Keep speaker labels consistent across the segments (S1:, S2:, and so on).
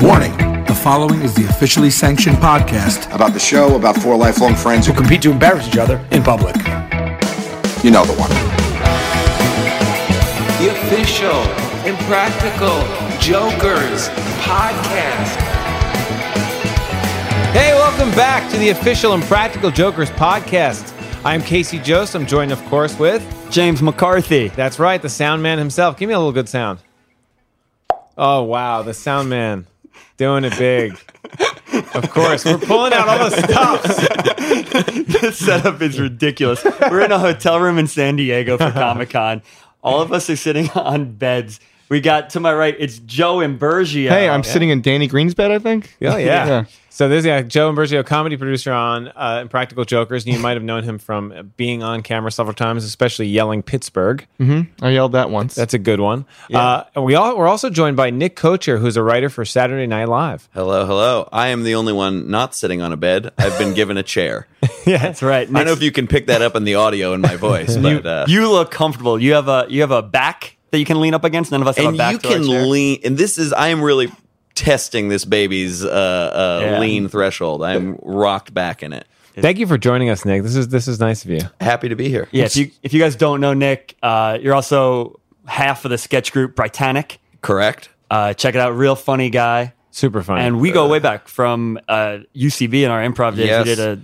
S1: Warning the following is the officially sanctioned podcast
S2: about the show, about four lifelong friends who,
S3: compete to embarrass each other in public.
S2: you know, the one.
S4: The official Impractical Jokers podcast.
S5: Hey, welcome back to the official and practical Jokers podcast. I'm Casey Jost. I'm joined, of course, with
S6: James McCarthy.
S5: that's right, the sound man himself. Give me a little good sound. Oh wow, the sound man doing it big. Of course, we're pulling out all the stops.
S6: This setup is ridiculous. We're in a hotel room in San Diego for Comic Con. All of us are sitting on beds. We got to my right, it's Joe Imbergio.
S7: Hey, I'm sitting in Danny Green's bed, I think.
S5: Oh Uh, yeah. So this is yeah, Joe Imbergio, comedy producer on uh, Impractical Jokers, and you might have known him from being on camera several times, especially yelling Pittsburgh.
S7: I yelled that once.
S5: That's a good one. Uh, and we all, we're also joined by Nick Kocher, who's a writer for Saturday Night Live.
S8: Hello, hello. I am the only one not sitting on a bed. I've been given a chair.
S6: That's right.
S8: I don't know if you can pick that up in the audio in my voice, but uh,
S6: you look comfortable. You have a you have a back that you can lean up against. None of us have a
S8: and
S6: back.
S8: you
S6: to our
S8: can
S6: chair.
S8: lean. And this is I am really testing this baby's uh, uh,
S6: Yeah.
S8: lean threshold. I'm rocked back in it.
S5: Thank you for joining us, Nick. This is this is nice of you.
S8: Happy to be here.
S6: Yeah, if you if you guys don't know Nick, uh, you're also half of the sketch group Britannic.
S8: correct.
S6: Uh, check it out, real funny guy.
S5: Super fun.
S6: And we go way back from uh, UCB in our improv days.
S8: Yes.
S6: We did a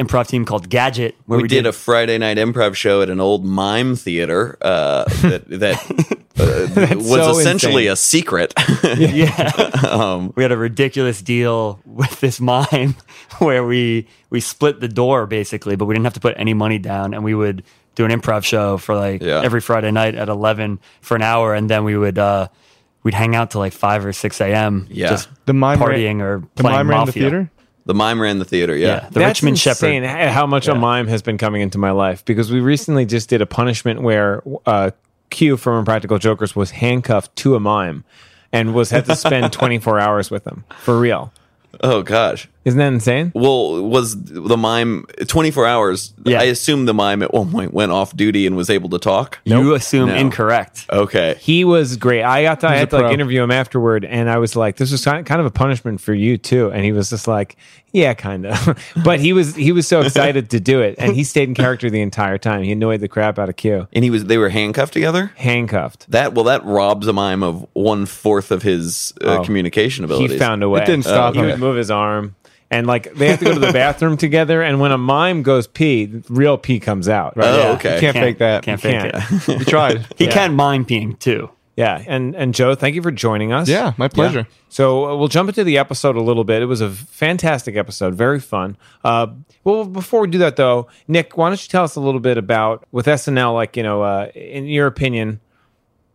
S6: improv team called Gadget where
S8: We, did, a Friday night improv show at an old mime theater uh, that that uh, was
S5: so
S8: essentially
S5: insane.
S8: a secret.
S6: yeah. we had a ridiculous deal with this mime where we we split the door basically, but we didn't have to put any money down, and we would do an improv show for like
S8: Yeah.
S6: every Friday night at eleven for an hour, and then we would uh, we'd hang out till like five or six a.m.
S8: Yeah.
S6: just
S7: The mime ran-
S6: partying or
S7: the
S6: playing
S7: mime ran the
S6: mafia.
S7: theater.
S8: the mime ran the theater.
S6: Yeah, the
S5: That's
S6: Richmond
S5: insane
S6: Shepherd.
S5: How much a mime has been coming into my life because we recently just did a punishment where uh, Q from Impractical Jokers was handcuffed to a mime and was had to spend 24 hours with him for real.
S8: Oh gosh.
S5: Isn't that insane?
S8: Well, was the mime 24 hours?
S6: Yeah.
S8: I assume the mime at one point went off duty and was able to talk.
S6: You assume
S8: No.
S6: incorrect.
S8: Okay.
S5: He was great. I got to I
S7: a
S5: had to like
S7: pro.
S5: interview him afterward, and I was like, "This was kind kind of a punishment for you too." And he was just like, "Yeah, kind of," but he was he was so excited to do it, and he stayed in character the entire time. He annoyed the crap out of Q,
S8: And he was they were handcuffed together?
S5: handcuffed.
S8: That well that robs a mime of one fourth of his uh,
S5: Oh.
S8: communication abilities.
S5: He found a way. Uh,
S7: It didn't stop
S5: He
S7: him.
S5: would move his arm, and like they have to go to the bathroom together. And when a mime goes pee, real pee comes out. Right?
S8: Oh,
S5: yeah.
S8: okay.
S7: You can't, fake that.
S6: Can't
S5: You
S6: fake it.
S7: You tried.
S6: He
S5: Yeah.
S6: can mime peeing too.
S5: Yeah. And and Joe, thank you for joining us.
S7: yeah, my pleasure.
S5: So uh, we'll jump into the episode a little bit. It was a fantastic episode, very fun. Uh, well, before we do that though, Nick, why don't you tell us a little bit about with SNL? Like, you know, uh, in your opinion,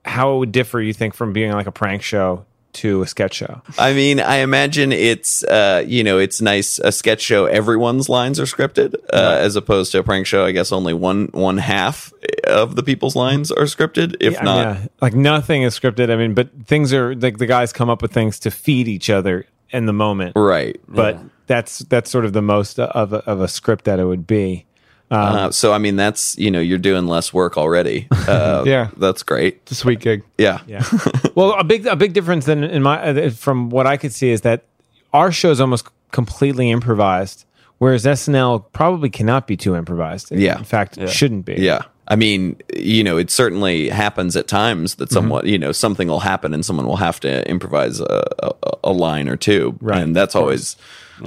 S5: how it would differ, you think, from being like a prank show to a sketch show?
S8: I mean, I imagine it's uh, you know, it's nice a sketch show everyone's lines are scripted uh, as opposed to a prank show I guess only one one half of the people's lines are scripted if
S5: Yeah,
S8: not
S5: I mean, yeah. like nothing is scripted. I mean, but things are like the guys come up with things to feed each other in the moment.
S8: right.
S5: But that's that's sort of the most of a, of a script that it would be.
S8: Uh, so I mean, that's you know, you're doing less work already. Uh,
S7: Yeah.
S8: that's great.
S7: It's a sweet gig.
S8: Yeah,
S5: Yeah. well, a big a big difference in, in my uh, from what I could see is that our show is almost completely improvised, whereas SNL probably cannot be too improvised. It,
S8: Yeah.
S5: In fact, shouldn't be.
S8: Yeah. I mean, you know, it certainly happens at times
S5: Mm-hmm.
S8: that someone, you know, something will happen and someone will have to improvise a, a, a line or two,
S5: Right,
S8: and that's always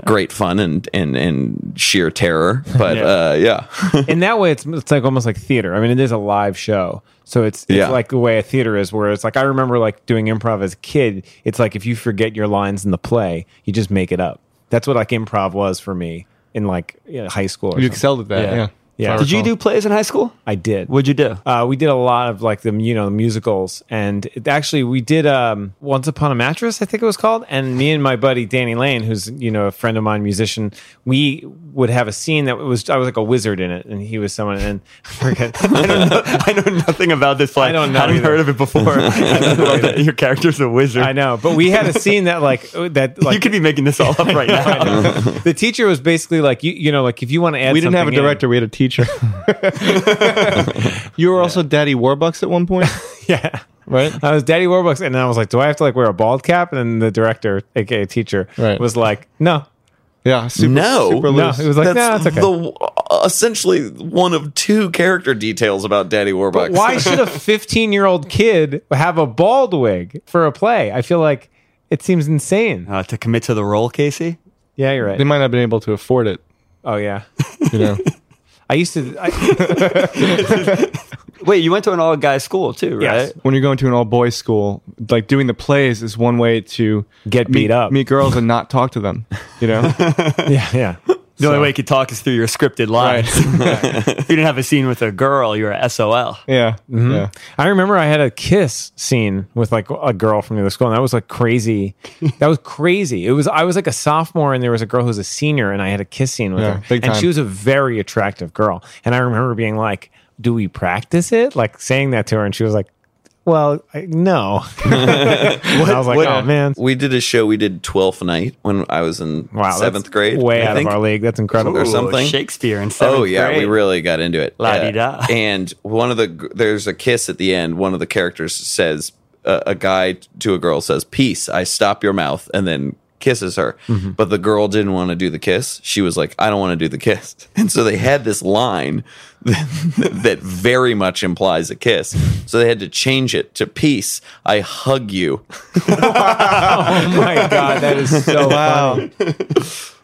S8: great fun and and and sheer terror. But uh, yeah,
S5: in that way, it's it's like almost like theater. I mean, it is a live show, so it's, it's
S8: Yeah.
S5: like the way a theater is, where it's like I remember like doing improv as a kid. It's like if you forget your lines in the play, you just make it up. That's what like improv was for me in like you know, high school. Or
S7: You
S5: something.
S7: excelled at that.
S6: Yeah.
S7: Yeah.
S5: Yeah.
S7: If I
S6: Did you
S7: recall.
S6: do plays in high school?
S5: I did.
S6: What'd you do?
S5: Uh, we did a lot of like the you know the musicals, and it, actually we did um, Once Upon a Mattress, I think it was called. And me and my buddy Danny Lane, who's you know a friend of mine, musician, we would have a scene that was I was like a wizard in it, and he was someone, and I forget.
S6: I don't know. I know nothing about this play.
S5: I don't know
S6: Hadn't
S5: either.
S6: heard of it before. I don't know that your character's a wizard.
S5: I know, but we had a scene that like uh, that like
S6: you could be making this all up right now.
S5: the teacher was basically like you you know like if you want to add
S7: We didn't have a
S5: something in-
S7: director. We had a teacher. you were also Daddy Warbucks at one point.
S5: yeah.
S7: Right?
S5: I was Daddy Warbucks, and then I was like, "Do I have to like wear a bald cap?" And then the director, aka teacher,
S7: Right.
S5: was like, "No,
S7: Yeah. Super,
S8: No.
S5: no."
S7: Super loose.
S5: It was like, "No, it's okay."
S8: the essentially one of two character details about Daddy Warbucks.
S5: Why should a 15 year old kid have a bald wig for a play? I feel like it seems insane.
S6: Uh, to commit to the role, Casey?
S5: Yeah, you're
S7: They
S5: right.
S7: might not have been able to afford it.
S5: Oh yeah,
S7: You know?
S5: I used to. I,
S6: Wait, you went to an all guy school too, right?
S5: Yes.
S7: when you're going to an all boys school, like doing the plays is one way to
S5: Get
S7: meet,
S5: beat up.
S7: meet girls and not talk to them. You know,
S5: yeah, yeah.
S6: The only way you could talk is through your scripted lines. you didn't have a scene with a girl, you were SOL.
S7: yeah,
S5: Mm-hmm.
S7: yeah.
S5: I remember I had a kiss scene with like a girl from the other school, and that was like crazy. That was crazy. It was I was like a sophomore, and there was a girl who was a senior, and I had a kiss scene with
S7: Yeah,
S5: her,
S7: big
S5: and
S7: time.
S5: she was a very attractive girl. And I remember being like, "Do we practice it?" Like saying that to her, and she was like, "Well, I, no." And I was like,
S8: what-
S5: "Oh man."
S8: We did a show. We did Twelfth Night when I was in
S5: Wow, that's
S8: seventh grade.
S5: way
S8: I
S5: out
S8: think.
S5: of our league. That's incredible.
S8: Or
S6: Ooh,
S8: something.
S6: Oh, Shakespeare in seventh
S8: Oh yeah, we
S6: grade.
S8: really got into it.
S6: La-di-da.
S8: Uh, and one of the gr- there's a kiss at the end. One of the characters says uh, a guy to a girl says, "Peace, I stop your mouth," and then kisses her.
S6: Mm-hmm.
S8: But the girl didn't want to do the kiss. She was like, "I don't want to do the kiss." And so they had this line that, that very much implies a kiss. So they had to change it to "Peace, I hug you."
S5: Oh my god, that is so wow.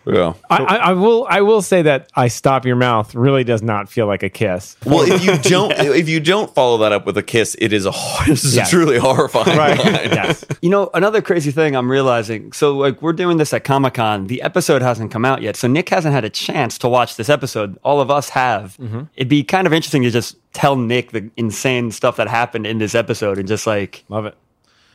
S8: Yeah.
S5: I, I, I will I will say that I stop your mouth really does not feel like a kiss.
S8: Well, if you don't if you don't follow that up with a kiss, it is a, hor- this is a
S5: Yes.
S8: truly horrifying line.
S5: Yes.
S6: You know, another crazy thing I'm realizing. So, like, we're doing this at Comic Con. The episode hasn't come out yet. So, Nick hasn't had a chance to watch this episode. All of us have. It'd be kind of interesting to just tell Nick the insane stuff that happened in this episode and just, like,
S5: Love it.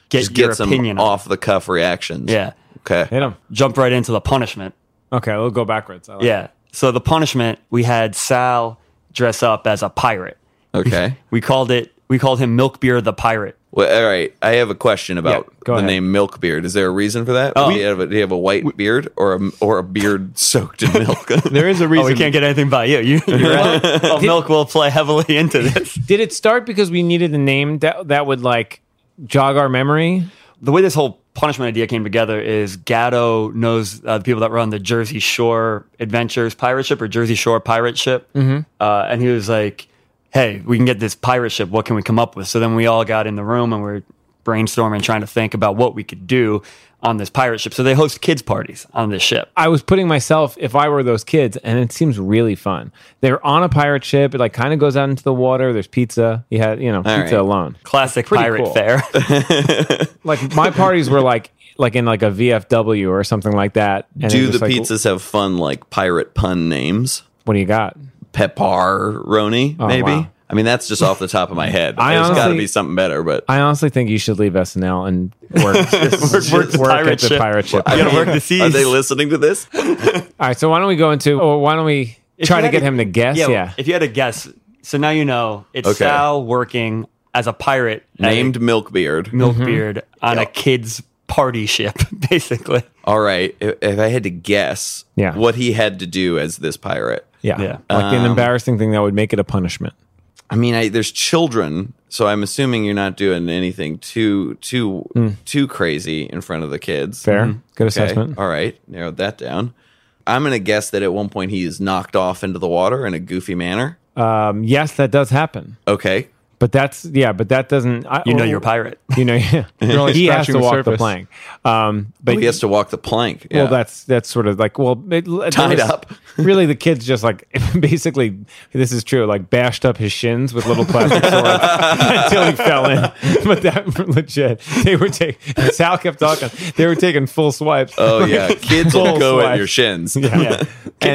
S6: get
S8: just
S6: your
S8: get some
S6: opinion. on it.
S8: off the cuff reactions.
S6: Yeah.
S8: Okay.
S5: Hit him.
S6: Jump right into the punishment.
S5: Okay, we'll go backwards. I like
S6: Yeah. So, the punishment, we had Sal dress up as a pirate.
S8: Okay.
S6: We called it, we called him Milkbeer the Pirate.
S8: Well, all right. I have a question about
S5: go
S8: the
S5: ahead.
S8: name Milkbeard. Is there a reason for that?
S6: Oh.
S8: do, you have a, do you have a white beard or a, or a beard soaked in milk?
S7: There is a
S6: Oh,
S7: reason.
S6: we can't get anything by you. You, you oh, milk will play heavily into this.
S5: Did it start because we needed a name that that would like jog our memory?
S6: the way this whole punishment idea came together is Gatto knows uh, the people that run the Jersey Shore Adventures pirate ship or Jersey Shore pirate ship. Mm-hmm. Uh, and he was like, hey, we can get this pirate ship. What can we come up with? So then we all got in the room and we are brainstorming, trying to think about what we could do on this pirate ship. So they host kids' parties on this ship.
S5: I was putting myself if I were those kids, and it seems really fun. They're on a pirate ship. It like kind of goes out into the water. There's pizza. You had you know pizza
S8: right.
S5: alone.
S6: Classic
S5: Pretty
S6: pirate
S5: cool.
S6: fare.
S5: Like my parties were like like in like a VFW or something like that. And it
S8: do
S5: was
S8: the
S5: like,
S8: pizzas have fun like pirate pun names?
S5: What do you got?
S8: Pepperoni, maybe.
S5: Oh, wow.
S8: I mean, that's just off the top of my head.
S5: I
S8: There's got to
S5: honestly-
S8: be something better, but
S5: I honestly think you should leave SNL and work, work,
S6: work the pirate
S5: at the
S6: ship.
S5: pirate ship.
S6: You gotta work the
S8: are
S6: seas.
S8: they listening to this?
S5: All right, so why don't we go into, or why don't we
S6: If
S5: try
S6: you
S5: to
S6: had
S5: get him to guess? Yeah.
S6: If you had a guess, so now you know it's
S8: Okay.
S6: Sal working as a pirate at a
S8: Named Milkbeard.
S6: Milkbeard on a kid's party ship, basically.
S8: All right. If, if I had to guess
S5: Yeah.
S8: what he had to do as this pirate,
S5: yeah.
S6: Yeah.
S5: Like
S8: Um,
S5: an embarrassing thing that would make it a punishment.
S8: I mean, I, there's children, so I'm assuming you're not doing anything too too too crazy in front of the kids.
S5: Hmm. Fair. Good
S8: Mm-hmm. Okay.
S5: assessment.
S8: All right. Narrowed that down. I'm going to guess that at one point he is knocked off into the water in a goofy manner.
S5: Um, yes, that does happen.
S8: Okay.
S5: But that's, yeah, but that doesn't. I, oh,
S6: You know you're a pirate.
S5: You know, yeah.
S7: only
S5: he has
S7: scratching
S5: to
S7: the
S5: walk the
S7: surface.
S5: plank. Um, but
S8: Well, he has to walk the plank. Yeah.
S5: Well, that's that's sort of like well, it,
S8: Tied up.
S5: really, the kid's just like basically this is true. Like bashed up his shins with little plastic swords until he fell in. But that legit, they were taking. Sal kept talking. They were taking full swipes.
S8: Oh yeah, kids will
S5: Full
S8: go at
S5: slash.
S8: your shins.
S5: yeah.
S6: Kids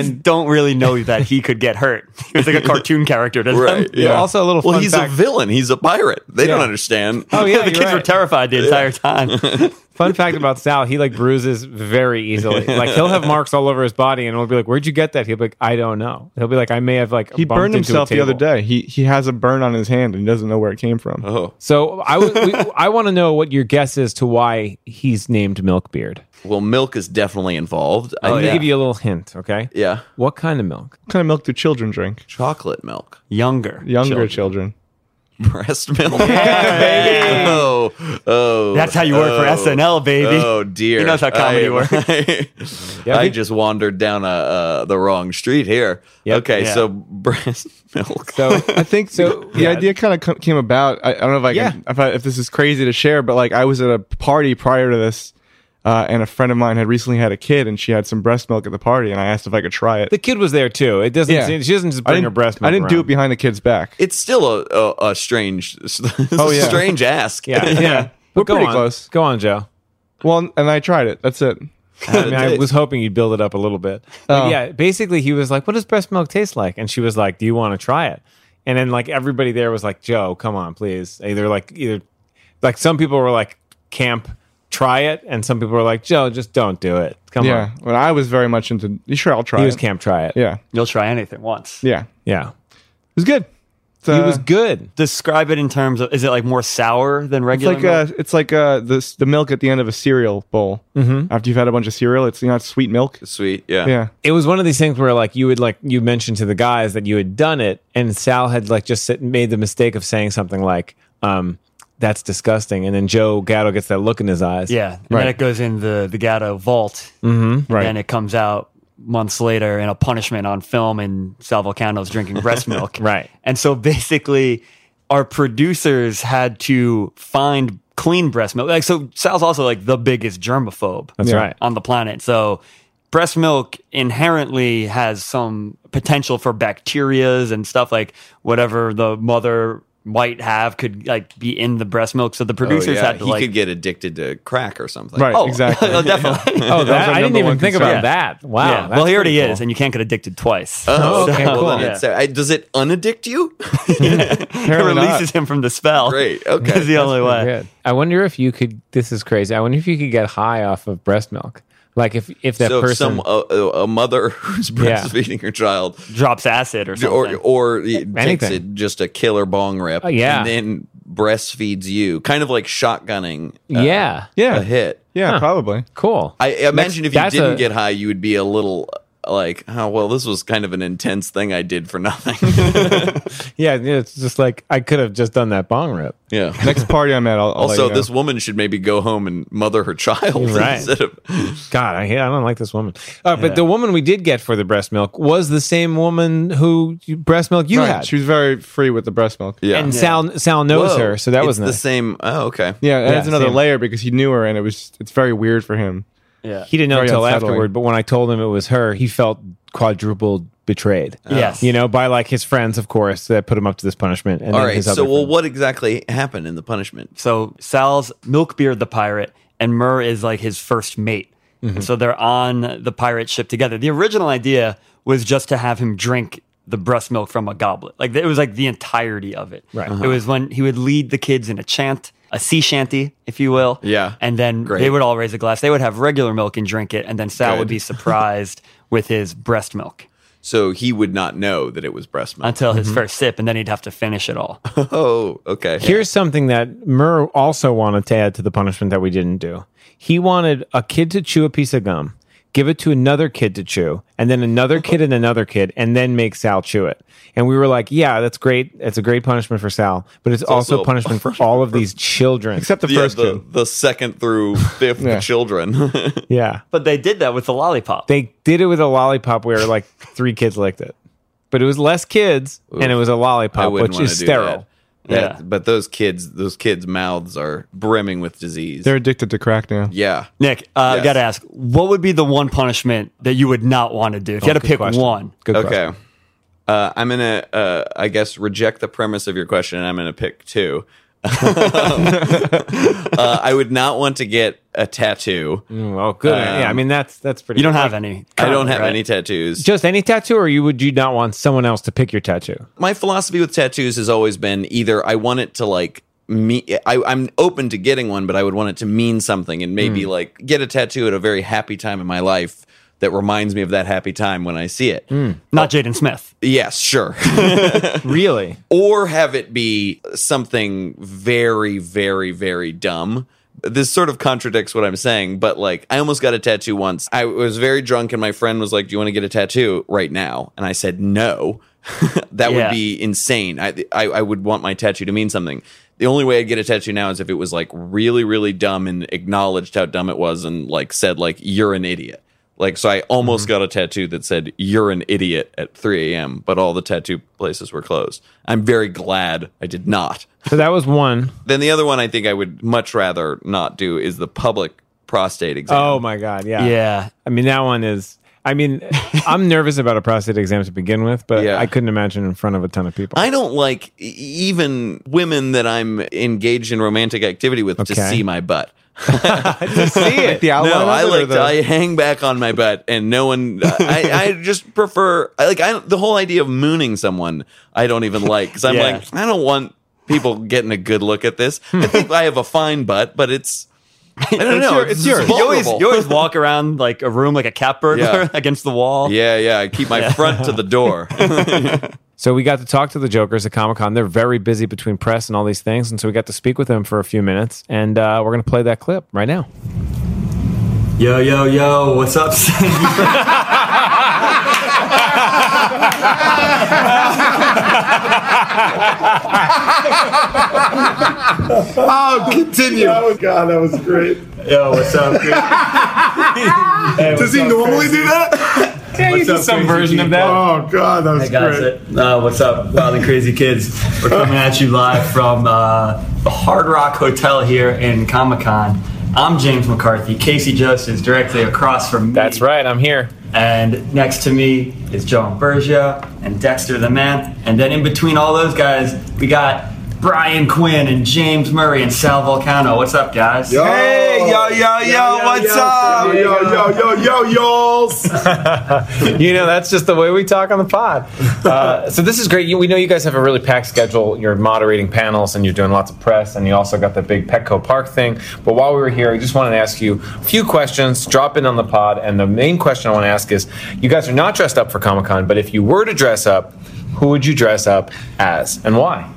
S5: And
S6: don't really know that he could get hurt. He was like a cartoon character to them.
S8: Right.
S5: Yeah. Also a little
S8: Well,
S5: fun
S8: he's
S5: fact-
S8: a villain. He's a pirate. They don't
S5: Yeah.
S8: understand.
S5: oh yeah,
S6: the kids were terrified the entire time.
S5: Fun fact about Sal: he like bruises very easily. Like he'll have marks all over his body, and we'll be like, "Where'd you get that?" He'll be like, "I don't know." He'll be like, "I may have like
S7: he
S5: bumped
S7: burned
S5: into a
S7: himself the other
S5: table."
S7: day. He he has a burn on his hand and he doesn't know where it came from.
S8: Oh
S5: So I would- we, I want to know what your guess is to why he's named Milkbeard.
S8: well, milk is definitely involved. I
S5: I'm gonna
S8: think-
S5: give you a little hint, okay?
S8: Oh, yeah,
S5: What kind of milk?
S7: What kind of milk do children drink?
S8: chocolate milk.
S6: Younger.
S7: Younger
S6: children.
S7: children.
S8: breast milk. baby. Oh, oh.
S6: That's how you work for
S8: oh,
S6: SNL, baby.
S8: Oh dear.
S6: He knows how comedy
S8: I-
S6: works.
S5: Yeah, I
S8: I
S5: think-
S8: just wandered down uh, uh, the wrong street here.
S5: Yep.
S8: okay,
S6: Yeah.
S8: so breast milk.
S5: So
S7: I think so. The
S5: yeah.
S7: idea kind of came about. I, I don't know if I can, if, I, if this is crazy to share, but like I was at a party prior to this, uh, and a friend of mine had recently had a kid, and she had some breast milk at the party, and I asked if I could try it.
S5: the kid was there too. It doesn't.
S7: Yeah.
S5: Seem, she doesn't just
S7: I
S5: bring
S7: didn't,
S5: her breast. Milk
S7: I didn't do
S5: around.
S7: it behind the kid's back.
S8: It's still a a, a strange, oh,
S7: yeah.
S8: strange ask.
S5: Yeah, yeah.
S7: We're
S5: go
S7: pretty
S5: on.
S7: close.
S5: Go on, Joe.
S7: Well, and I tried it. That's it.
S5: I mean, I was hoping you'd build it up a little bit.
S7: Oh.
S5: But yeah, basically, he was like, "What does breast milk taste like?" And she was like, "Do you want to try it?" And then like everybody there was like, "Joe, come on, please." Either like either like some people were like, "Camp, try it," and some people were like, "Joe, just don't do it. Come
S7: yeah.
S5: on."
S7: When I was very much into, you sure I'll try
S5: Uh-huh. He
S7: it?
S5: was camp, try it.
S7: Yeah.
S6: You'll try anything once.
S7: Yeah. It
S5: yeah.
S7: was good. It's,
S5: He
S7: uh,
S5: was good.
S6: Describe it in terms of is it like more sour than
S7: It's
S6: regular?
S7: like
S6: milk?
S7: uh, it's like uh, the the milk at the end of a cereal bowl. Mm-hmm. After you've had a bunch of cereal, it's you know it's sweet milk.
S8: Sweet, yeah.
S7: Yeah.
S5: it was one of these things where like you would like you mentioned to the guys that you had done it and sal had like just sit, made the mistake of saying something like um that's disgusting and then joe gatto gets that look in his eyes
S6: yeah. And
S7: Right.
S6: then it goes in the, the Gatto vault. Mm-hmm.
S7: Right.
S6: And it comes out months later in a punishment on film and Sal Volcano's drinking breast milk.
S5: Right.
S6: And so basically, our producers had to find clean breast milk. Like, so Sal's also like the biggest germaphobe.
S5: that's
S7: Yeah.
S5: right
S6: on the planet. So breast milk inherently has some potential for bacterias and stuff like whatever the mother might have could like be in the breast milk. So the
S8: Oh,
S6: producers
S8: yeah.
S6: had to
S8: he
S6: like
S8: could get addicted to crack or something.
S7: Right.
S6: oh
S7: Exactly.
S6: oh, definitely.
S5: oh that, i didn't
S7: number
S5: even
S7: one
S5: think
S7: concern.
S5: about that wow
S6: yeah.
S5: that's
S6: Well, he
S5: pretty
S6: already
S5: cool.
S6: is, and you can't get addicted twice.
S8: Oh, okay.
S5: cool.
S8: Well, then it's, uh, does it unaddict you?
S6: it
S7: Apparently not.
S6: releases him from the spell.
S8: Great. Okay.
S6: That's the only
S8: Uh,
S6: way.
S5: Good. I wonder if you could. This is crazy. I wonder if you could get high off of breast milk. Like if if that
S8: so if
S5: person
S8: some uh, a, a a mother who's
S5: Yeah.
S8: breastfeeding her child,
S6: Drops acid or
S8: or
S6: something.
S8: or it takes
S5: Anything. Oh,
S8: it just a killer bong rip,
S5: yeah.
S8: and then breastfeeds you, kind of like shotgunning, uh,
S5: yeah
S7: Yeah.
S8: a hit.
S7: Yeah. Probably.
S5: cool
S8: I imagine if you
S5: that's
S8: didn't
S5: a-
S8: get high, you would be a little like, oh well, this was kind of an intense thing I did for nothing.
S5: yeah it's just like I could have just done that bong rip
S8: yeah.
S7: Next party I'm at, I'll, I'll
S8: also,
S7: let you know.
S8: this woman should maybe go home and mother her child
S5: Right.
S8: instead of
S5: God, I, I don't like this woman. Uh, But the woman we did get for the breast milk was the same woman who you- breast milk you
S7: Right,
S5: had.
S7: She was very free with the breast milk.
S8: yeah.
S5: and Sal Sal knows
S8: Whoa,
S5: her, so that
S8: it's
S5: was
S8: the
S5: nice.
S8: same. Oh, okay.
S7: Yeah, it
S5: Yeah,
S7: adds another
S5: same.
S7: layer because he knew her, and it was it's very weird for him.
S6: yeah.
S5: He didn't know
S7: Very
S5: until
S7: unsettling.
S5: afterward. But when I told him it was her, he felt quadrupled betrayed.
S6: Yes.
S5: you know, by like his friends, of course, that put him up to this punishment. And
S8: All
S5: then
S8: right.
S5: his
S8: So,
S5: other
S8: well,
S5: friends.
S8: what exactly happened in the punishment?
S6: So Sal's Milkbeard the pirate and Murr is like his first mate.
S8: Mm-hmm.
S6: And so they're on the pirate ship together. The original idea was just to have him drink the breast milk from a goblet. Like it was like the entirety of it.
S5: Right.
S8: Uh-huh.
S6: It was when he would lead the kids in a chant, a sea shanty, if you will.
S8: Yeah.
S6: And then
S8: Great.
S6: they would all raise a glass. They would have regular milk and drink it. And then Sal would
S8: Good.
S6: be surprised with his breast milk
S8: So he would not know that it was breast milk.
S6: until his first sip. And then he'd have to finish it all.
S8: Oh, okay.
S5: Here's something that Murr also wanted to add to the punishment that we didn't do. He wanted a kid to chew a piece of gum, give it to another kid to chew, and then another kid and another kid, and then make Sal chew it. And we were like, yeah, that's great. It's a great punishment for Sal, but it's, also,
S8: also
S5: a punishment for all of these children.
S7: Except the
S8: yeah,
S7: first
S8: the,
S7: kid.
S8: the second through fifth
S7: Yeah.
S8: children.
S5: yeah.
S6: But they did that with the lollipop.
S5: They did it with a lollipop where like three kids licked it. But it was less kids and it was a
S8: I
S5: lollipop,
S8: wouldn't
S5: which
S8: wanna
S5: is
S8: do
S5: sterile.
S8: that. That-
S6: Yeah.
S8: But those kids, those kids' mouths are brimming with disease.
S7: They're addicted to crack now.
S8: yeah.
S6: Nick, uh,
S8: Yes.
S6: gotta ask, what would be the one punishment that you would not want to do?
S8: Oh,
S6: If you had to
S5: good
S6: pick
S5: question.
S6: one,
S5: Good question.
S8: Okay. Uh, I'm gonna, uh, I guess, reject the premise of your question, and I'm gonna pick two. Um, uh, I would not want to get a tattoo.
S5: Mm, Oh,
S8: Um,
S5: good. yeah, I mean that's that's pretty.
S6: you don't have any.
S8: I don't
S6: currently,
S8: have
S6: right?
S8: any tattoos.
S5: just any tattoo, or you would you not want someone else to pick your tattoo?
S8: my philosophy with tattoos has always been either I want it to like me I, I'm open to getting one, but I would want it to mean something and maybe like get a tattoo at a very happy time in my life that reminds me of that happy time when I see it.
S6: Not Jaden Smith.
S8: Yes, sure.
S5: Really?
S8: or have it be something very, very, very dumb. this sort of contradicts what I'm saying, but like I almost got a tattoo once. I was very drunk and my friend was like, "Do you want to get a tattoo right now?" And I said, "No." that
S6: Yeah.
S8: would be insane. I, I I would want my tattoo to mean something. The only way I'd get a tattoo now is if it was like really really dumb and acknowledged how dumb it was and like said like you're an idiot. Like so I
S5: Mm-hmm.
S8: almost got a tattoo that said you're an idiot at 3 a.m. but all the tattoo places were closed. I'm very glad I did not
S5: So that was one.
S8: then the other one I think I would much rather not do is the public prostate exam.
S5: Oh my god, yeah.
S6: Yeah.
S5: I mean that one is I mean I'm nervous about a prostate exam to begin with, but
S8: Yeah.
S5: I couldn't imagine in front of a ton of people.
S8: I don't like e- even women that I'm engaged in romantic activity with to
S5: Okay.
S8: see my butt.
S5: see it.
S7: The outline
S6: Oh,
S8: No,
S7: of
S8: I
S7: it or
S8: like
S7: the-
S8: to, I hang back on my butt, and no one. I, I just prefer I like I the whole idea of mooning someone. I don't even like because I'm
S6: Yeah.
S8: like I don't want people getting a good look at this. I think I have a fine butt, but it's I don't know.
S5: your- it's yours.
S6: You always,
S8: vulnerable.
S6: you always walk around like a room like a cat burglar
S8: Yeah.
S6: against the wall.
S8: Yeah, yeah. I keep my front to the door.
S5: So we got to talk to the Jokers at Comic Con. They're very busy between press and all these things, and so we got to speak with them for a few minutes. And uh, we're gonna play that clip right now.
S6: Yo, yo, yo, what's up? Sam?
S9: Continue. Oh god, that was great.
S6: yo, what's up?
S9: Does he normally do that?
S5: What's up, some version of that.
S9: Oh god, that was
S6: Hey guys,
S9: great.
S6: uh, what's up, Wild and Crazy Kids? We're coming at you live from uh, the Hard Rock Hotel here in Comic Con. I'm James McCarthy. Casey Jost is directly across from me.
S5: That's right. I'm here.
S6: And next to me is John Bergia and Dexter the Man. And then in between all those guys, we got Brian Quinn and James Murray and Sal Volcano. What's up, guys?
S9: Hey, yo, yo, yo, what's up? Yo, yo, yo, yo, y'alls.
S5: You know, that's just the way we talk on the pod. Uh, so this is great. You- We know you guys have a really packed schedule. You're moderating panels and you're doing lots of press, and you also got the big Petco Park thing. But while we were here, I just wanted to ask you a few questions. Drop in on the pod, and the main question I want to ask is: You guys are not dressed up for Comic Con, but if you were to dress up, who would you dress up as, and why?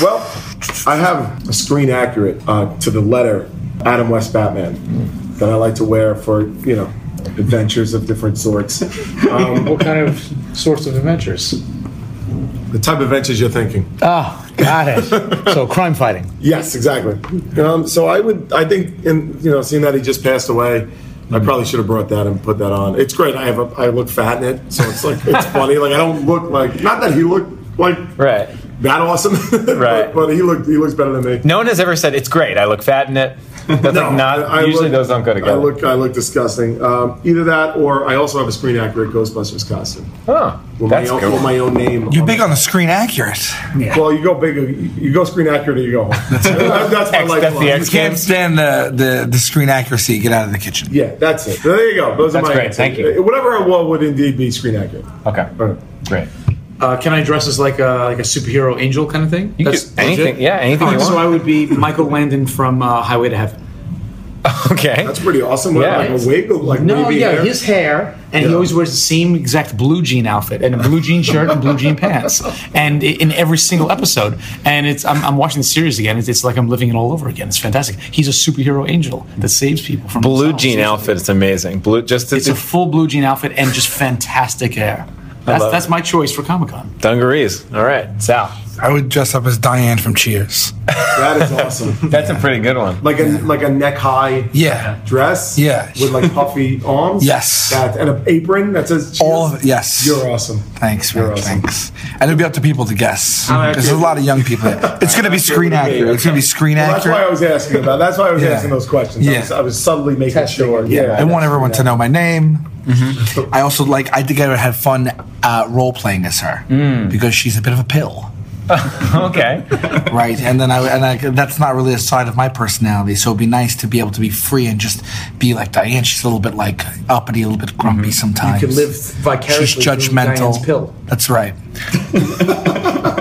S9: Well, I have a screen accurate uh, to the letter Adam West Batman that I like to wear for, you know, adventures of different sorts. Um,
S10: What kind of sorts of adventures?
S9: the type of adventures you're thinking.
S10: Oh, got it. so crime fighting.
S9: Yes, exactly. Um, so I would, I think, and you know, seeing that he just passed away,
S10: Mm-hmm.
S9: I probably should have brought that and put that on. It's great. I have, a, I look fat in it, so it's like it's funny. Like I don't look like, not that he looked like
S5: Right.
S9: that awesome, but-
S5: Right.
S9: But, he looked, he looks better than me.
S5: No one has ever said it's great. I look fat in it. That's like not. usually
S9: look-
S5: those don't go together.
S9: I look, I look disgusting. Um, either that, or I also have a screen accurate Ghostbusters costume.
S5: Huh.
S9: With
S5: Oh, That's
S9: my own,
S5: cool.
S9: with my own name.
S1: You're big on the screen accurate.
S9: Well, you go big. You go screen accurate, or you go home. that's my
S5: X-
S9: life.
S5: that's the
S1: Can't
S5: X Can't
S1: stand the, the, the screen accuracy. Get out of the kitchen.
S9: Yeah, that's it. There you go. Those
S5: That's
S9: are my
S5: great.
S9: answers.
S5: Thank you.
S9: Uh, Whatever I want would indeed be screen accurate.
S5: Okay.
S9: All right.
S5: Great.
S10: Uh, can I dress as like a like a superhero angel kind of thing?
S5: You could- anything. Yeah. Anything you
S10: Oh, So I
S5: want.
S10: would be Michael Landon from uh, Highway to Heaven.
S5: Okay.
S9: That's pretty awesome. What,
S5: Yeah.
S9: like a wig, like
S10: No,
S9: wavy
S10: yeah,
S9: hair?
S10: his hair, and he
S9: Yeah.
S10: always wears the same exact blue jean outfit and a blue jean shirt and blue jean pants, and i- in every single episode. And it's I'm, I'm watching the series again. It's, it's like I'm living it all over again. It's fantastic. He's a superhero angel that saves people from
S5: blue
S10: themselves.
S5: jean outfit is amazing. Blue, just
S10: It's
S5: it's
S10: a full blue jean outfit and just fantastic hair. That's, that's my choice for Comic Con.
S5: dungarees. All right, Sal.
S1: I would dress up as Diane from Cheers.
S9: That is awesome.
S5: That's a pretty good one.
S9: like a like a neck high
S1: Yeah.
S9: dress.
S1: Yeah.
S9: With like puffy arms.
S1: Yes.
S9: That and an apron that says
S1: All
S9: cheers.
S1: of, yes.
S9: You're awesome.
S1: Thanks, man.
S9: You're awesome.
S1: Thanks. And it'll be up to people to guess.
S9: How
S1: Because there's a
S9: accurate-
S1: lot of young people. here. It's going to be screen accurate. It's going to be screen
S9: Well, that's why I
S1: accurate.
S9: was asking about. That's why I was
S1: Yeah.
S9: asking those questions. I,
S1: Yeah.
S9: was, I was subtly making sure.
S1: I want everyone to know my name. I also like. I think I would have fun uh, role playing as her because she's a bit of a pill,
S5: Okay.
S1: right? And then I and I, that's not really a side of my personality. So it'd be nice to be able to be free and just be like Diane. She's a little bit like uppity, a little bit grumpy sometimes.
S10: Mm-hmm. You could live vicariously
S1: She's
S10: through Diane's
S1: judgmental.
S10: pill.
S1: That's right.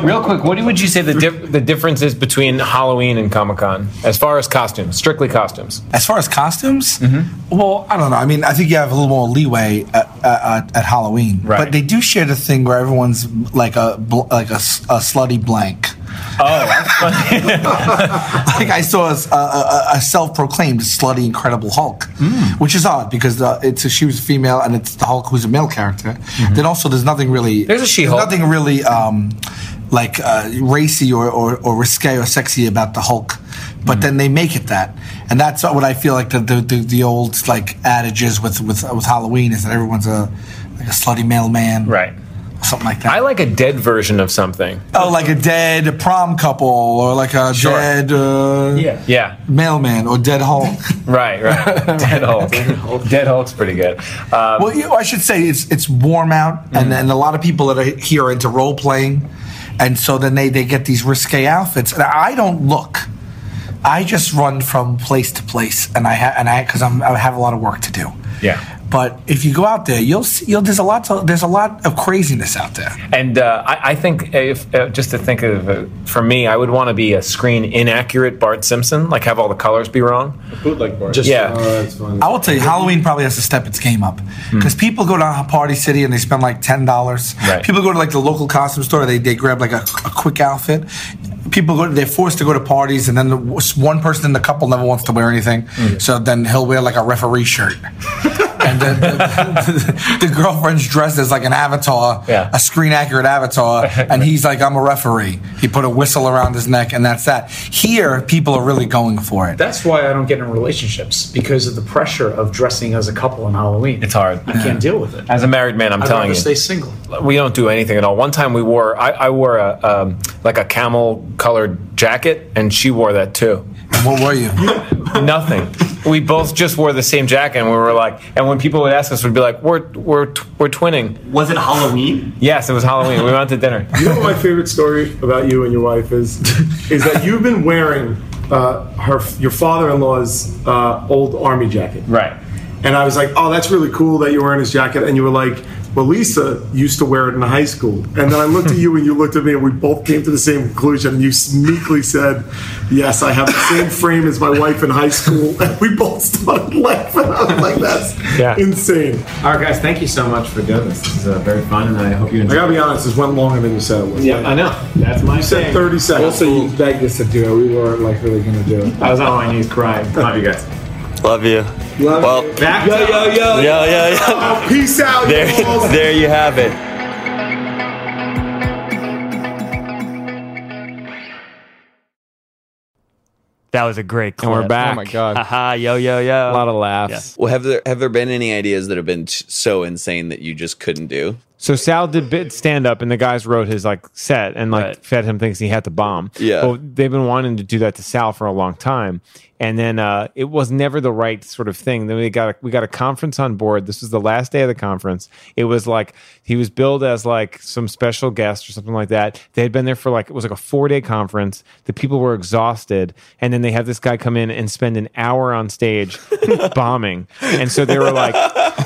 S5: Real quick, what would you say the dif- the difference is between Halloween and Comic Con as far as costumes, strictly costumes?
S1: As far as costumes,
S5: Mm-hmm.
S1: well, I don't know. I mean, I think you have a little more leeway at, at, at Halloween,
S5: Right.
S1: but they do share the thing where everyone's like a bl- like a, s- a slutty blank.
S5: Oh,
S1: like I saw a, a, a self-proclaimed slutty Incredible Hulk,
S5: Mm.
S1: which is odd because uh, it's a, she was female and it's the Hulk who's a male character. Then also there's nothing really
S5: Mm-hmm. There's a She-Hulk.
S1: nothing really um, like uh, racy or, or, or risque or sexy about the Hulk. But then they make it that, and that's what I feel like the the, the, the old like adages with with with Halloween is that everyone's a like a slutty male man,
S5: Right.
S1: Something like that.
S11: I like a dead version of something.
S1: oh, like a dead prom couple or like a
S11: Sure.
S1: dead uh,
S10: Yeah.
S11: Yeah.
S1: mailman or dead Hulk.
S11: Right, right. Dead Hulk. Dead Hulk's pretty good. Um,
S1: Well, you know, I should say it's it's warm out, and, and a lot of people that are here are into role playing, and so then they they get these risque outfits. And I don't look. I just run from place to place, and I ha- and I because I'm I have a lot of work to do.
S11: Yeah.
S1: But if you go out there, you'll see. You'll, there's a lot. To, there's a lot of craziness out there.
S11: and uh, I, I think if uh, just to think of uh, for me, I would want to be a screen inaccurate Bart Simpson, like have all the colors be wrong.
S9: Just,
S11: Yeah.
S9: Oh, that's funny.
S1: I will tell you, Halloween probably has to step its game up because people go to Party City and they spend like ten dollars.
S11: Right.
S1: People go to like the local costume store. They they grab like a, a quick outfit. People go. They're forced to go to parties, and then the, one person in the couple never wants to wear anything. So then he'll wear like a referee shirt. and the, the, the, girlfriend's dressed as like an avatar,
S11: Yeah.
S1: a screen accurate avatar, and he's like, "I'm a referee." He put a whistle around his neck, and that's that. Here, people are really going for it.
S10: That's why I don't get in relationships because of the pressure of dressing as a couple on Halloween.
S11: It's hard.
S10: I can't deal with it.
S11: As a married man, I'm
S10: I'd
S11: telling
S10: rather
S11: you,
S10: stay single.
S11: we don't do anything at all. One time we wore, I, I wore a um, like a camel colored jacket, and she wore that too.
S1: What were you?
S11: Nothing. We both just wore the same jacket, and we were like, and when people would ask us, we'd be like, we're we're t- we're twinning.
S6: Was it Halloween?
S11: Yes, it was Halloween. We went out to dinner.
S9: You know what my favorite story about you and your wife is? is that you've been wearing uh, her, your father-in-law's uh, old army jacket.
S11: Right.
S9: And I was like, oh, that's really cool that you're wearing his jacket. And you were like, well, Lisa used to wear it in high school. And then I looked at you and you looked at me and we both came to the same conclusion. And you sneakily said, yes, I have the same frame as my wife in high school. And we both started laughing. I was like, that's
S11: Yeah.
S9: insane.
S12: All right, guys, thank you so much for doing this. This is uh, very fun, and I hope you
S9: I
S12: enjoyed
S9: gotta be honest, this went longer than you said it was.
S12: Yeah, I know. That's my
S9: You said
S12: saying.
S9: 30 seconds.
S12: Also, you
S9: begged us to do it. We weren't like really gonna do it.
S12: I was on my knees crying. Love you guys.
S6: Love you. well,
S12: Back yo, yo, yo.
S6: yeah, yeah, yeah.
S9: Peace out,
S6: There,
S9: y'all.
S6: there you have it. That was a great clip.
S5: And we're back.
S7: Oh my god.
S6: Aha, yo, yo, yo.
S5: A lot of laughs.
S8: Well, have there have there been any ideas that have been t- so insane that you just couldn't do?
S5: So Sal did bit stand up, and the guys wrote his like set, and like
S6: Right.
S5: fed him things he had to bomb.
S8: Yeah.
S5: but they've been wanting to do that to Sal for a long time, and then uh, it was never the right sort of thing. Then we got a, we got a conference on board. This was the last day of the conference. It was like he was billed as like some special guest or something like that. They had been there for like it was like a four day conference. The people were exhausted, and then they had this guy come in and spend an hour on stage bombing, and so they were like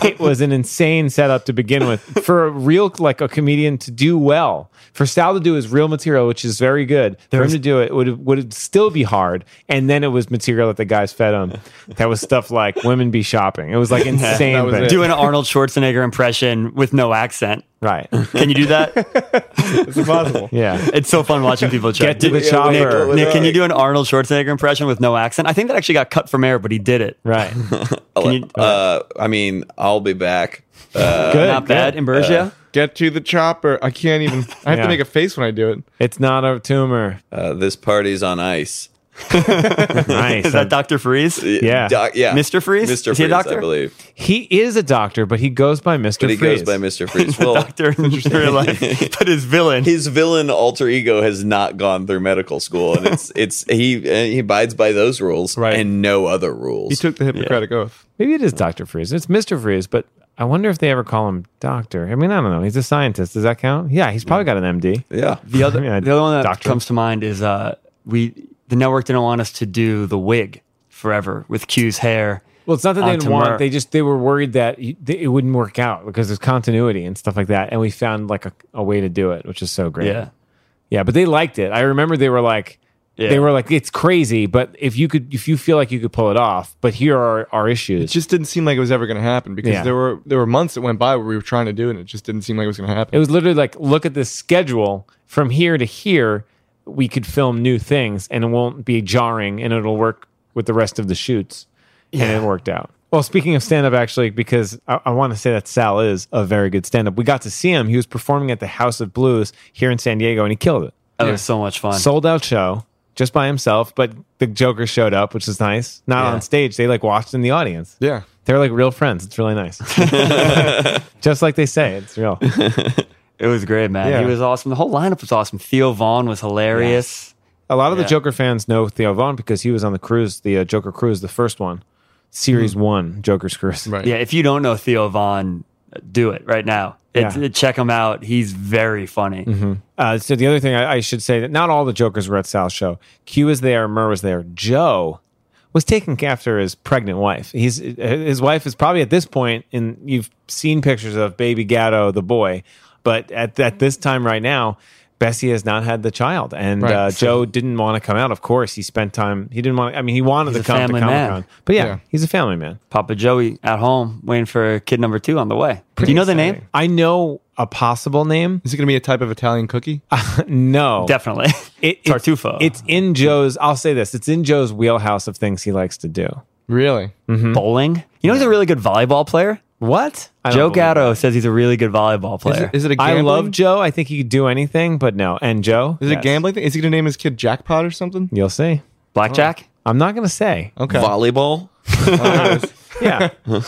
S5: it was an insane setup to begin with for a real like a comedian to do well for Sal to do his real material which is very good for him to do it would would still be hard and then it was material that the guys fed him that was stuff like women be shopping it was like insane
S7: That was
S5: things.
S7: it.
S6: Doing an Arnold Schwarzenegger impression with no accent.
S5: right
S6: Can you do that?
S7: It's impossible.
S5: yeah
S6: it's so fun watching people try.
S5: Get to the chopper.
S6: Nick, Nick, can you do an Arnold Schwarzenegger impression with no accent? I think that actually got cut from air, but he did it.
S5: right
S6: Can you,
S8: Uh, I mean, I'll be back.
S5: good
S6: not bad.
S5: good. Uh,
S6: Imbergia?
S7: Get to the chopper. I can't even. I have
S5: Yeah.
S7: to make a face when I do it.
S5: it's not a tumor
S8: Uh, this party's on ice.
S5: nice
S6: Is that Dr. Freeze?
S5: Yeah.
S8: Doc- yeah.
S6: Mr. Freeze?
S8: Mr.
S6: Is he a
S8: Freeze,
S6: doctor?
S8: I believe.
S5: he is a doctor but he goes by Mr.
S8: But he
S5: Freeze
S8: goes by Mr. Freeze. Well,
S6: Doctor in real life, but his villain.
S8: his villain alter ego has not gone through medical school, and it's it's he eh, he abides by those rules
S5: Right.
S8: and no other rules.
S7: He took the Hippocratic oath.
S5: Maybe it is Dr. Freeze. It's Mr. Freeze, but I wonder if they ever call him Doctor. I mean, I don't know. He's a scientist. Does that count? Yeah, he's
S6: Hmm.
S5: probably got an MD.
S8: yeah,
S6: the other,
S5: Yeah,
S6: the other one that
S5: doctor.
S6: comes to mind is uh, we. The network didn't want us to do the wig forever with Q's hair.
S5: Well, it's not that they
S6: onto
S5: didn't want.
S6: Mer-
S5: They just they were worried that y- th- it wouldn't work out because there's continuity and stuff like that. And we found like a, a way to do it, which is so great.
S6: Yeah,
S5: yeah. But they liked it. I remember they were like,
S6: Yeah.
S5: they were like, it's crazy, but if you could, if you feel like you could pull it off, but here are our
S7: It
S5: issues.
S7: just didn't seem like it was ever going to happen because
S5: Yeah.
S7: there were there were months that went by where we were trying to do it and it just didn't seem like it was going to happen.
S5: It was literally like, look at this schedule from here to here. we could film new things and it won't be jarring and it'll work with the rest of the shoots. And it worked out. Well, speaking of stand up, actually, because I, I want to say that Sal is a very good stand up. We got to see him. He was performing at the House of Blues here in San Diego and he killed it.
S6: That was so much fun.
S5: Sold out show just by himself, but the Joker showed up, which is nice. Not
S6: Yeah.
S5: on stage. They like watched in the audience.
S7: Yeah.
S5: They're like real friends. It's really nice. just like they say, it's real.
S6: It was great, man.
S5: Yeah.
S6: He was awesome. The whole lineup was awesome. Theo Vaughn was hilarious.
S5: A lot of
S6: Yeah.
S5: the Joker fans know Theo Vaughn because he was on the cruise, the uh, Joker cruise, the first one, series
S6: Hmm.
S5: one, Joker's cruise. Right.
S6: Yeah, if you don't know Theo Vaughn, do it right now. It's,
S5: Yeah.
S6: Check him out. He's very funny.
S5: Uh, so the other thing I, I should say that not all the Jokers were at Sal's show. Q was there, Murr was there, Joe was taking after his pregnant wife. He's his wife is probably at this point, and you've seen pictures of baby Gatto, the boy, but at at this time right now. Bessie has not had the child, and
S7: Right.
S5: uh, Joe didn't want to come out. Of course, he spent time. He didn't want. I mean, he wanted
S6: He's
S5: to
S6: a
S5: come to
S6: family
S5: Comic
S6: man.
S5: Con, but yeah,
S7: Yeah.
S5: he's a family man.
S6: Papa Joey at home waiting for kid number two on the way. do you know the name?
S5: I know a possible name.
S7: Is it going to be a type of Italian cookie?
S5: No,
S6: Definitely.
S5: It- it's-
S6: Tartufo.
S5: It's in Joe's. I'll say this: it's in Joe's wheelhouse of things he likes to do.
S7: Really?
S6: bowling. You know he's a really good volleyball player?
S5: What? I don't
S6: Joe
S5: believe
S6: Gatto says he's a really good volleyball
S7: Is
S6: player.
S7: it, is it a
S5: it. I
S7: gambling?
S5: love Joe. I think he could do anything, but no. And Joe,
S7: Is it
S5: Yes.
S7: a gambling thing? Is he going to name his kid Jackpot or something?
S5: You'll see.
S6: Blackjack?
S5: I'm not gonna say.
S7: Okay.
S8: Volleyball.
S5: Yeah. Uh,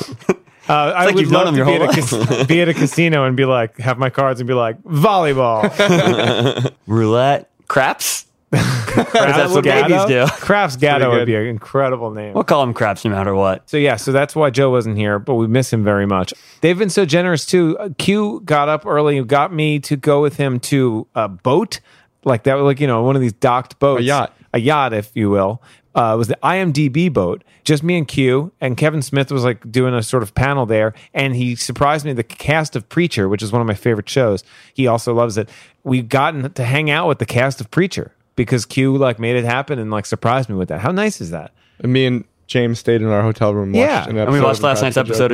S5: I
S6: like
S5: would
S6: you've known
S5: love
S6: him
S5: to
S6: your
S5: be,
S6: whole
S5: at a cas- be at a casino and be like, have my cards and be like, volleyball.
S6: Roulette? Craps? that's what babies do.
S5: Crafts Gatto
S7: Pretty
S5: would
S7: good.
S5: be an incredible name.
S6: We'll call him craps no matter what.
S5: So yeah, so that's why Joe wasn't here, but we miss him very much. They've been so generous too. Uh, Q got up early, and got me to go with him to a boat, like that, like you know, one of these docked boats,
S7: A yacht.
S5: a yacht, if you will. Uh, it was the IMDb boat. Just me and Q and Kevin Smith was like doing a sort of panel there, and he surprised me. The cast of Preacher, which is one of my favorite shows, he also loves it. We've gotten to hang out with the cast of Preacher because Q like made it happen and like surprised me with that. How nice is that?
S7: And me and James stayed in our hotel room. and
S5: Yeah.
S7: watched an
S6: And we
S7: episode
S6: watched
S7: of
S6: last night's
S7: Impractical
S6: episode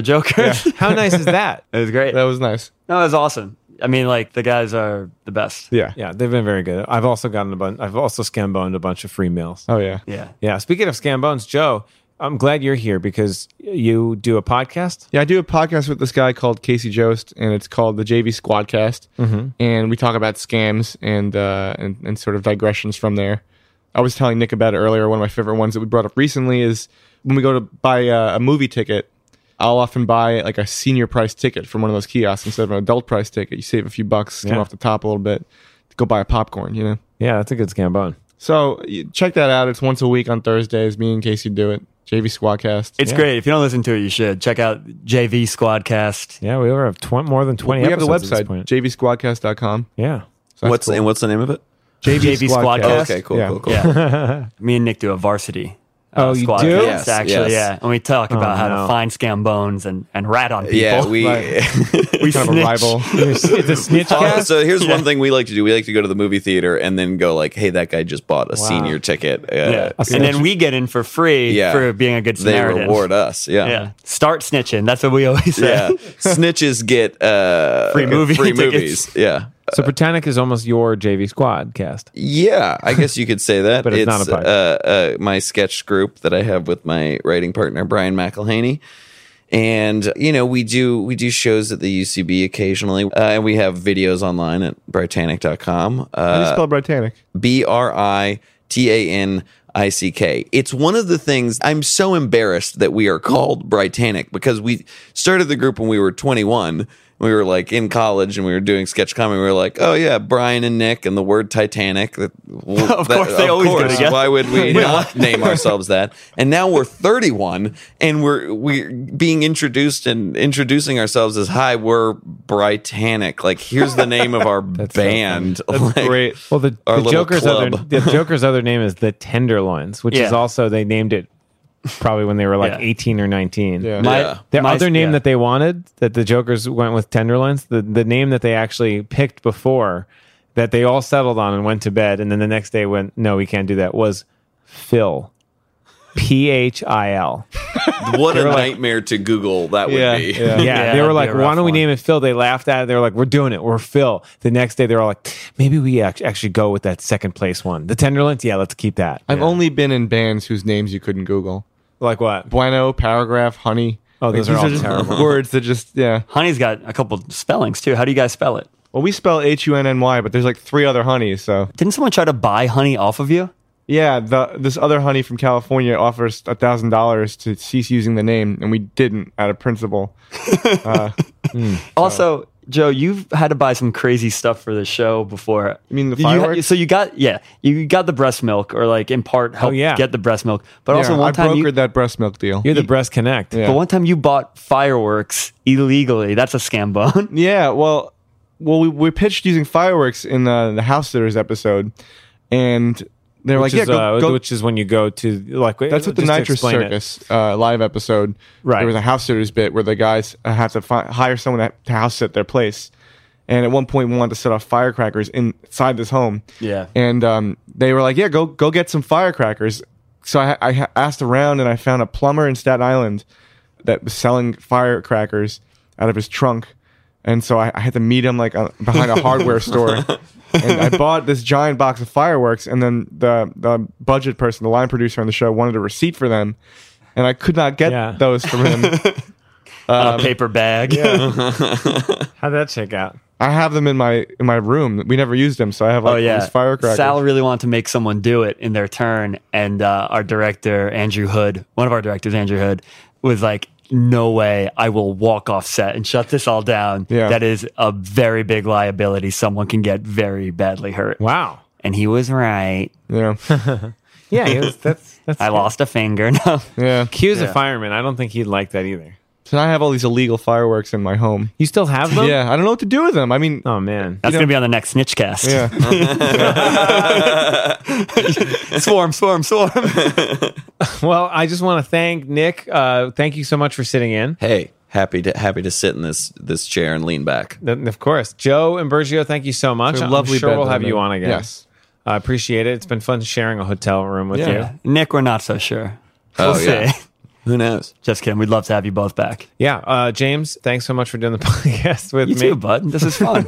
S6: of Joker.
S5: How nice is that?
S6: it was great.
S7: Joker. That was nice.
S6: No, it was awesome. I mean, like the guys are the best.
S7: Yeah.
S5: Yeah, they've been very good. I've also gotten a bunch. I've also scamboned a bunch of free meals.
S7: Oh yeah.
S6: Yeah.
S5: Yeah. Speaking of scambones, Joe, I'm glad you're here because you do a podcast.
S7: Yeah, I do a podcast with this guy called Casey Jost, and it's called the JV Squadcast,
S5: Mm-hmm.
S7: and we talk about scams and, uh, and and sort of digressions from there. I was telling Nick about it earlier. One of my favorite ones that we brought up recently is when we go to buy uh, a movie ticket. I'll often buy like a senior price ticket from one of those kiosks instead of an adult price ticket. You save a few bucks, come
S5: Yeah.
S7: off the top a little bit, go buy a popcorn, you know.
S5: Yeah, that's a good scambone.
S7: So you check that out. It's once a week on Thursdays. Me and Casey do it. JV Squadcast.
S6: It's great. If you don't listen to it, you should check out JV Squadcast.
S5: Yeah, we over have twen- more than
S7: we
S5: twenty.
S7: have the
S5: episodes at
S7: website
S5: this point.
S7: jvsquadcast.com.
S5: yeah.
S7: So that's
S8: what's
S7: cool.
S8: and what's the name of it?
S6: JV, Squadcast.
S8: Oh, okay, cool,
S7: Yeah.
S8: cool, cool.
S6: Me and Nick do a varsity.
S5: Oh, you
S6: squadcast,
S5: do?
S8: Yes,
S6: actually,
S8: yes.
S6: yeah. And we talk about how
S5: no.
S6: to find scam bones and, and rat on people.
S8: Yeah,
S6: we
S8: we.
S7: kind of a
S6: snitch.
S7: rival.
S5: It's it's a snitch
S8: Oh,
S5: cast.
S8: so here's one thing we like to do. We like to go to the movie theater and then go like, "Hey, that guy just bought a senior ticket." Uh,
S6: Yeah. And then we get in for free
S8: Yeah.
S6: for being a good
S8: They
S6: Samaritan.
S8: reward us. Yeah.
S6: Yeah. Start snitching. That's what we always
S8: Yeah.
S6: say.
S8: Snitches get uh,
S6: Free movie
S8: free
S6: tickets.
S8: movies. Yeah.
S5: So Britannic is almost your JV squad cast.
S8: Yeah, I guess you could say that.
S5: But it's not a podcast.
S8: uh, uh, my sketch group that I have with my writing partner Brian McElhaney. And you know we do we do shows at the UCB occasionally, uh, and we have videos online at Britannic.com.
S7: How do you
S8: Uh,
S7: spell Britannic?
S8: B R I T A N I C K. It's one of the things I'm so embarrassed that we are called Britannic because we started the group when we were 21. We were like in college and we were doing sketch comedy. We were like, oh yeah, Brian and Nick and the word Titanic. That- well,
S6: Of course, they always go together.
S8: Why would we not name ourselves that? And now we're 31 and we're we're being introduced and introducing ourselves as hi, we're Britannic. Like here's the name of our band. Like,
S7: Great.
S5: Well, the,
S8: Our
S5: the
S8: little
S5: Joker's other
S8: club.
S5: the Joker's other name is the Tenderloins, which is
S6: Yeah.
S5: also they named it probably when they were like
S6: Yeah.
S5: 18 or 19.
S7: Yeah.
S8: My-
S5: The other name
S6: yeah.
S5: that they wanted, that the Jokers went with Tenderloins, the, the name that they actually picked before, that they all settled on and went to bed, and then the next day went, no, we can't do that, was Phil. P H I L.
S8: what
S5: They
S8: a
S5: were like-
S8: nightmare to Google that would
S5: yeah,
S8: be.
S5: Yeah. they were like, why don't we name it Phil? They laughed at it. They were like, we're doing it. We're Phil. The next day, they're all like, maybe we act- actually go with that second place one. The Tenderlins? Yeah, let's keep that.
S7: I've only been in bands whose names you couldn't Google.
S5: Like what?
S7: Bueno, paragraph, honey.
S5: Oh,
S7: Like,
S5: those are all
S7: just
S5: terrible.
S7: words that just yeah.
S6: Honey's got a couple spellings too. How do you guys spell it?
S7: Well, we spell H U N N Y, but there's like three other honeys. So
S6: didn't someone try to buy honey off of you?
S7: Yeah, the this other honey from California offers a thousand dollars to cease using the name, and we didn't out of principle. uh,
S6: Also, Joe, you've had to buy some crazy stuff for the show before. I mean,
S7: the fireworks?
S6: so you got yeah, you got the breast milk, or like in part
S5: Oh,
S6: help
S7: yeah.
S6: get the breast milk. But
S7: yeah,
S6: also one
S7: I
S6: time
S7: brokered
S6: you,
S7: that breast milk deal.
S5: You're the Breast Connect.
S7: Yeah.
S6: but one time you bought fireworks illegally. That's a scam bone.
S7: Yeah, well, well, we, we pitched using fireworks in the, the house sitters episode, and they're
S5: Which
S7: like, yeah,
S5: is,
S7: go,
S5: uh,
S7: go-
S5: which is when you go to like
S7: That's what the
S5: just to
S7: Nitrous
S5: explain it.
S7: Circus uh, live episode.
S5: Right.
S7: There was a house sitters bit where the guys uh, have to fi- hire someone to- to house sit their place. And at one point, we wanted to set off firecrackers inside this home.
S6: Yeah.
S7: And um, they were like, "Yeah, go go get some firecrackers." So I, I ha- asked around, and I found a plumber in Staten Island that was selling firecrackers out of his trunk. And so I, I had to meet him like uh, behind a hardware store, and I bought this giant box of fireworks. And then the the budget person, the line producer on the show, wanted a receipt for them, and I could not get
S5: Yeah.
S7: those from him.
S6: a paper bag.
S5: How'd that shake out?
S7: I have them in my in my room. We never used them, so I have like
S6: oh yeah,
S7: these firecrackers.
S6: Sal really wanted to make someone do it in their turn, and uh, our director Andrew Hood, one of our directors Andrew Hood, was like, "No way, I will walk off set and shut this all down.
S7: Yeah.
S6: That is a very big liability. Someone can get very badly hurt."
S5: Wow.
S6: And he was right.
S7: Yeah,
S5: Yeah, it was, that's that's.
S6: I lost a finger. No,
S7: yeah.
S5: Q's a
S6: Yeah.
S5: fireman. I don't think he'd like that either.
S7: So now I have all these illegal fireworks in my home.
S5: You still have them?
S7: Yeah, I don't know what to do with them. I mean,
S5: Oh man.
S6: that's gonna be on the next snitch cast.
S7: yeah.
S6: swarm, swarm, swarm.
S5: Well, I just want to thank Nick. Uh, thank you so much for sitting in.
S8: Hey, happy to happy to sit in this this chair and lean back.
S5: Th- Of course, Joe and Bergio, thank you so much.
S7: They're
S5: I'm
S7: lovely
S5: sure we'll
S7: bedroom
S5: have you
S7: men.
S5: on again.
S7: Yes.
S5: I appreciate it. It's been fun sharing a hotel room with
S7: Yeah.
S5: you.
S6: Nick, we're not so sure.
S8: Oh
S6: We'll
S8: yeah.
S6: see.
S8: Who knows?
S6: Just kidding. We'd love to have you both back.
S5: Yeah, uh, James, thanks so much for doing the podcast with
S6: You
S5: me.
S6: too, bud. This is fun.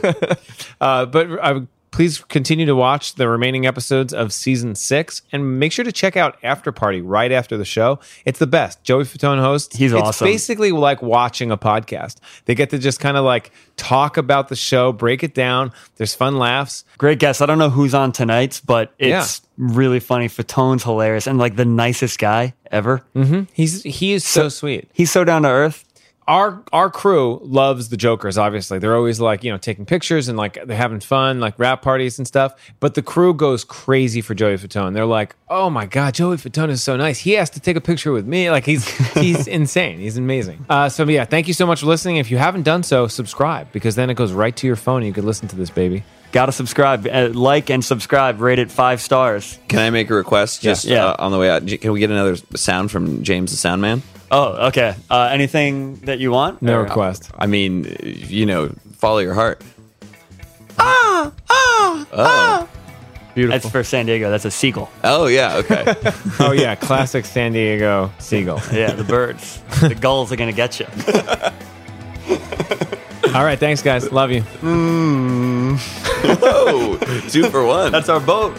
S5: Uh, but uh, please continue to watch the remaining episodes of season six, and make sure to check out After Party right after the show. It's the best. Joey Fatone hosts.
S6: He's
S5: it's
S6: awesome.
S5: Basically, like watching a podcast. They get to just kind of like talk about the show, break it down. There's fun laughs.
S6: Great guest. I don't know who's on tonight's, but it's
S5: Yeah.
S6: really funny. Fatone's hilarious and like the nicest guy ever.
S5: Mm-hmm. He's he is so sweet.
S6: He's so down to earth.
S5: our our crew loves the jokers obviously they're always like you know taking pictures and like they're having fun like rap parties and stuff but the crew goes crazy for joey fatone they're like oh my god joey fatone is so nice he has to take a picture with me like he's he's insane he's amazing uh, so yeah thank you so much for listening if you haven't done so subscribe because then it goes right to your phone and you can listen to this baby
S6: Gotta subscribe, uh, like and subscribe. Rate it five stars.
S8: Can I make a request just
S6: Yeah.
S8: Uh, on the way out? J- Can we get another sound from James the Sound Man?
S6: Oh, okay. Uh, anything that you want?
S5: no
S6: Or-
S5: request
S8: I mean, uh, you know, follow your heart.
S6: That's for San Diego. That's a seagull.
S8: Oh yeah, okay.
S5: oh yeah classic san diego seagull
S6: Yeah, the birds, the gulls are gonna get you.
S5: all right thanks guys love you
S8: Whoa, two for one.
S6: That's our boat.